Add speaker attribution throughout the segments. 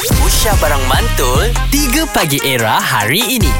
Speaker 1: Syah Barang Mantul 3 Pagi Era hari ini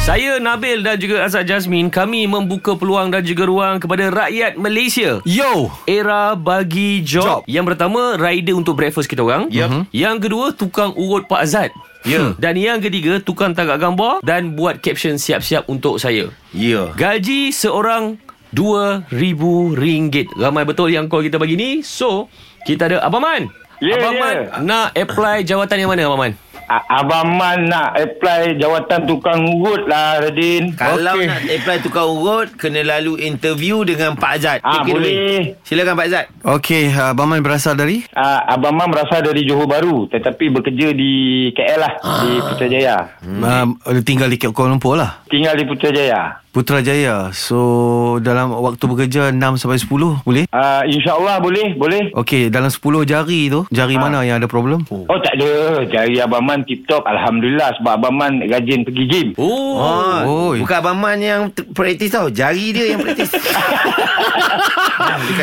Speaker 2: Saya Nabil dan juga Azad Jasmin Kami membuka peluang dan juga ruang kepada rakyat Malaysia
Speaker 3: Yo
Speaker 2: Era bagi job, job. Yang pertama rider untuk breakfast kita orang yep. Yang kedua tukang urut Pak Azad Ya. Yeah. Dan yang ketiga tukang tagak gambar dan buat caption siap-siap untuk saya.
Speaker 4: Ya.
Speaker 2: Gaji seorang RM2,000 Ramai betul yang call kita pagi ni So Kita ada Abang Man
Speaker 5: Ya,
Speaker 2: Abang
Speaker 5: ya.
Speaker 2: Man nak apply jawatan yang mana Abang Man?
Speaker 5: A- Abang Man nak apply jawatan tukang urut lah Radin.
Speaker 4: Kalau okay. nak apply tukar urut Kena lalu interview dengan Pak Azad
Speaker 5: Ah,
Speaker 4: Take it away.
Speaker 5: boleh.
Speaker 4: Silakan Pak Azad
Speaker 3: Okey, uh, Abang Man berasal dari?
Speaker 5: Ah, Abang Man berasal dari Johor Baru tetapi bekerja di KL lah, di Putrajaya.
Speaker 3: Hmm. Uh, tinggal di Kuala Lumpur lah
Speaker 5: Tinggal di Putrajaya.
Speaker 3: Putrajaya So dalam waktu bekerja 6 sampai 10 boleh?
Speaker 5: Ah, InsyaAllah boleh, boleh.
Speaker 3: Okey, dalam 10 jari tu
Speaker 4: Ah.
Speaker 3: Jari mana yang ada problem? Oh.
Speaker 5: Oh tak ada Jari Abang Man tip top Alhamdulillah Sebab Abang Man rajin pergi gym
Speaker 2: Oh,
Speaker 4: Oh,
Speaker 3: Oi.
Speaker 4: Bukan Abang Man yang t- praktis tau Jari dia yang praktis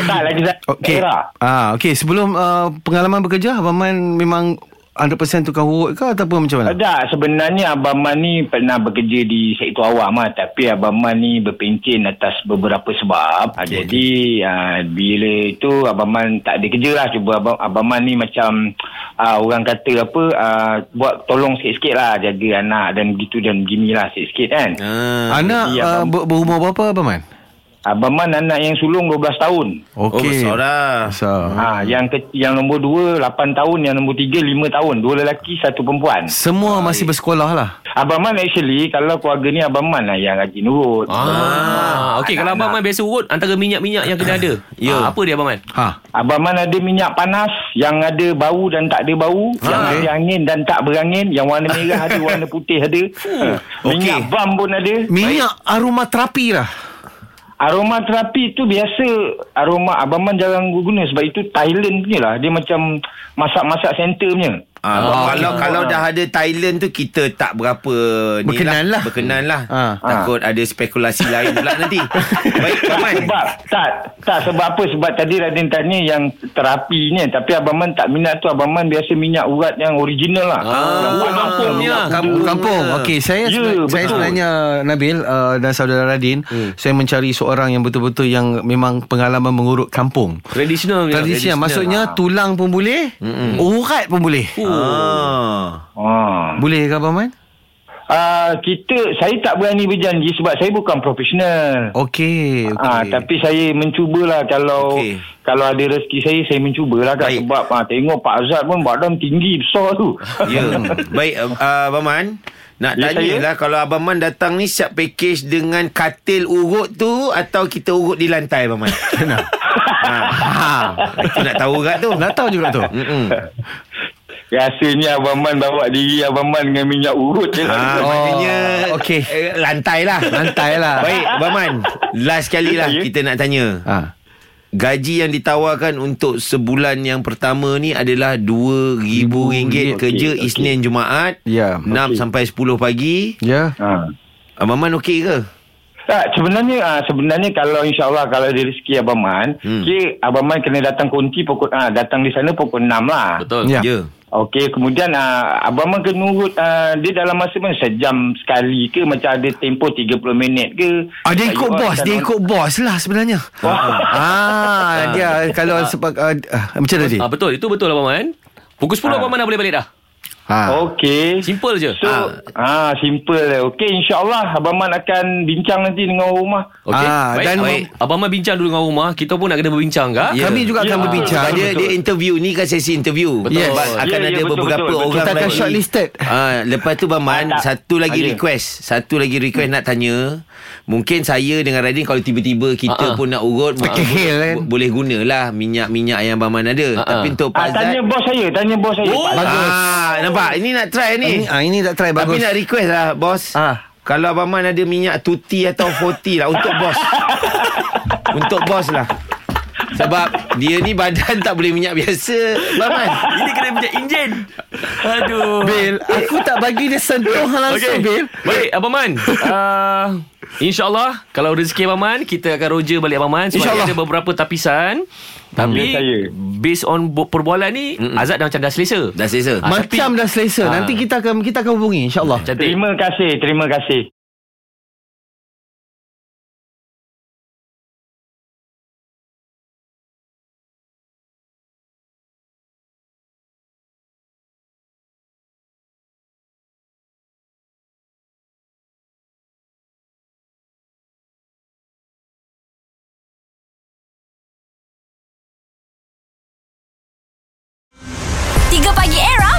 Speaker 5: Tak lagi saya
Speaker 3: Okey.
Speaker 5: Era.
Speaker 3: Ah, okey, sebelum uh, pengalaman bekerja Abang Man memang 100% tukang urut ke ataupun macam mana?
Speaker 5: Tak, sebenarnya Abang Man ni pernah bekerja di sektor awam lah. Tapi Abang Man ni berpencin atas beberapa sebab. Okay. Jadi, uh, bila itu Abang Man tak ada kerja lah. Cuba Abang, Abang Man ni macam uh, orang kata apa, uh, buat tolong sikit-sikit lah. Jaga anak dan begitu dan begini lah sikit-sikit kan.
Speaker 4: ah.
Speaker 3: Anak
Speaker 5: jadi
Speaker 3: uh,
Speaker 5: Abang-
Speaker 3: ber- berumur berapa Abang Man?
Speaker 5: Abang Man anak yang sulung 12 tahun.
Speaker 4: Oh besar dah
Speaker 3: Besar.
Speaker 5: Ha, yang ke, yang nombor 2 8 tahun, yang nombor 3 5 tahun. Dua lelaki, satu perempuan.
Speaker 3: Semua masih bersekolah lah
Speaker 5: Abang Man actually kalau keluarga ni Abang Man lah yang rajin urut.
Speaker 2: Ah, okey kalau abang Man biasa urut antara minyak-minyak yang kena ada.
Speaker 4: Ya.
Speaker 2: Ah, apa dia abang Man?
Speaker 3: Ha.
Speaker 5: Abang Man ada minyak panas yang ada bau dan tak ada bau, ha, yang
Speaker 2: Ah.
Speaker 3: okey.
Speaker 5: ada angin dan tak berangin, yang warna merah ada, warna putih ada. Minyak
Speaker 4: okey.
Speaker 5: bam pun ada.
Speaker 3: Minyak aromaterapi lah
Speaker 5: Aroma terapi tu biasa aroma Abang Man jarang guna sebab itu Thailand punya lah. Dia macam masak-masak center punya.
Speaker 4: Ah, kalau kalau dah ada Thailand tu kita tak berapa ni
Speaker 3: Berkenan lah.
Speaker 4: Berkenan lah.
Speaker 3: Ha.
Speaker 5: Ah.
Speaker 4: Takut ada spekulasi lain pula nanti. Baik, Rahman.
Speaker 5: Sebab tak tak sebab apa sebab tadi Radin tanya yang terapinya tapi Abang Man tak minat tu Abang Man biasa minyak urat yang original lah.
Speaker 4: Ah,
Speaker 5: Urat kampung punya.
Speaker 3: Kampung, kampung. Okey, saya
Speaker 5: Ya,
Speaker 3: yeah,
Speaker 5: betul.
Speaker 3: saya sebenarnya Nabil uh, dan saudara Radin, hmm. saya mencari seorang yang betul-betul yang memang pengalaman mengurut kampung.
Speaker 2: Ya, Tradisional punya.
Speaker 3: Tradisional maksudnya tulang pun boleh, Mm-mm. urat pun boleh.
Speaker 4: Ah.
Speaker 5: Ah.
Speaker 3: Boleh ke Abang Man?
Speaker 5: Ah, kita saya tak berani berjanji sebab saya bukan profesional.
Speaker 4: Oh,
Speaker 3: Okey, okey.
Speaker 5: Ah, tapi saya mencubalah kalau
Speaker 4: Okey.
Speaker 5: kalau ada rezeki saya saya mencubalah kan
Speaker 4: Baik.
Speaker 5: sebab ah, tengok Pak Azad pun badan tinggi besar tu.
Speaker 4: Ya. Baik, uh, uh, Abang Man. Nak
Speaker 5: Ya,
Speaker 4: tanya
Speaker 5: saya.
Speaker 4: lah kalau Abang Man datang ni siap package dengan katil urut tu atau kita urut di lantai Abang Man? Kena. ha. Itu nak tahu kat tu.
Speaker 3: nak tahu juga tu.
Speaker 4: Mm-mm.
Speaker 5: Rasanya Abang Man bawa diri Abang Man dengan minyak urut je
Speaker 4: Ha,
Speaker 5: lah.
Speaker 3: Oh,
Speaker 4: maknanya
Speaker 3: okey.
Speaker 4: eh, lantai lah.
Speaker 3: Lantai lah.
Speaker 4: Baik, Abang Man. Last sekali lah
Speaker 5: Ya, saya.
Speaker 4: kita nak tanya.
Speaker 3: Ha.
Speaker 4: Gaji yang ditawarkan untuk sebulan yang pertama ni adalah RM2,000 okay, kerja okay. Isnin Jumaat
Speaker 3: Ya.
Speaker 4: 6 sampai 10 pagi.
Speaker 3: Ya.
Speaker 5: Ah.
Speaker 4: Abang Man okey ke?
Speaker 5: Tak, sebenarnya ah, sebenarnya kalau insyaallah kalau ada rezeki Abang Man,
Speaker 4: Hmm.
Speaker 5: hmm. Abang Man kena datang kunci pukul ah, datang di sana pukul 6 lah.
Speaker 2: Betul.
Speaker 3: Ya.
Speaker 4: Ya.
Speaker 5: Okey, kemudian uh, abang Man kena urut uh, dia dalam masa mana sejam sekali ke macam ada tempoh 30 minit ke?
Speaker 3: Ah, dia ikut bos, dia ikut bos lah sebenarnya. Ah, dia kalau sebab uh, macam tadi.
Speaker 2: Ah, betul. Itu betul abang Man. Pukul 10
Speaker 3: Ah.
Speaker 2: abang Man dah boleh balik dah.
Speaker 5: Oh,
Speaker 3: Ha.
Speaker 5: Okey.
Speaker 2: Simple je.
Speaker 5: So, ah, ah simple lah. Okey, insyaAllah abang Man akan bincang nanti dengan orang rumah.
Speaker 2: Okey.
Speaker 3: Ah,
Speaker 2: baik.
Speaker 3: dan-
Speaker 2: Baik. abang Man bincang dulu dengan rumah, kita pun nak kena berbincang kak.
Speaker 4: Ya.
Speaker 3: Kami juga akan
Speaker 5: Ya.
Speaker 3: berbincang.
Speaker 4: Sebab dia, dia interview ni kan sesi interview.
Speaker 2: Betul.
Speaker 4: Sebab
Speaker 2: Yes.
Speaker 4: akan
Speaker 5: Ya, ya,
Speaker 4: ada
Speaker 5: betul,
Speaker 4: beberapa
Speaker 5: betul, betul.
Speaker 4: orang
Speaker 3: Kita akan
Speaker 4: lagi.
Speaker 3: shortlisted.
Speaker 4: Ah, lepas tu Bang Man,
Speaker 5: Ah, tak.
Speaker 4: satu lagi
Speaker 5: Ah, ya.
Speaker 4: request. Satu lagi request nak tanya. Mungkin saya dengan Radin kalau tiba-tiba kita
Speaker 2: Ah, ah.
Speaker 4: pun nak urut, mungkin
Speaker 3: Terkehil,
Speaker 4: bo-
Speaker 3: kan?
Speaker 4: bo- boleh gunalah minyak-minyak yang Bang Man
Speaker 2: Ah,
Speaker 4: ada.
Speaker 2: ah.
Speaker 4: Tapi untuk
Speaker 5: Ah,
Speaker 4: Pak Zat,
Speaker 5: tanya bos saya, tanya bos saya.
Speaker 2: Oh.
Speaker 5: Pak Zat.
Speaker 3: Bagus.
Speaker 4: Ah, nampak? Ini nak try ni.
Speaker 3: Ini, ah, ini tak try
Speaker 4: Tapi
Speaker 3: bagus.
Speaker 4: nak request lah bos.
Speaker 3: Ah.
Speaker 4: Kalau Abang Man ada minyak tuti atau 40 lah untuk bos. untuk bos lah. Sebab dia ni badan tak boleh minyak biasa. Abang Man.
Speaker 2: Ini kena punya enjin. Aduh.
Speaker 3: Bil, aku tak bagi dia sentuh
Speaker 2: Okey.
Speaker 3: langsung, Bil.
Speaker 2: Baik, Abang Man. Uh, InsyaAllah, kalau rezeki Abang Man, kita akan roja balik Abang Man. Sebab
Speaker 3: InsyaAllah. Hmm.
Speaker 2: ada beberapa tapisan. Tapi
Speaker 5: saya.
Speaker 2: based on bo- perbualan ni Mm-mm. Azad dah macam dah selesa.
Speaker 4: Dah selesa.
Speaker 2: Ah,
Speaker 3: Macam dah selesa.
Speaker 2: Ah.
Speaker 3: Nanti kita akan kita akan hubungi insya-Allah.
Speaker 2: Cantik.
Speaker 5: Terima kasih, terima kasih.
Speaker 6: 3 Pagi Era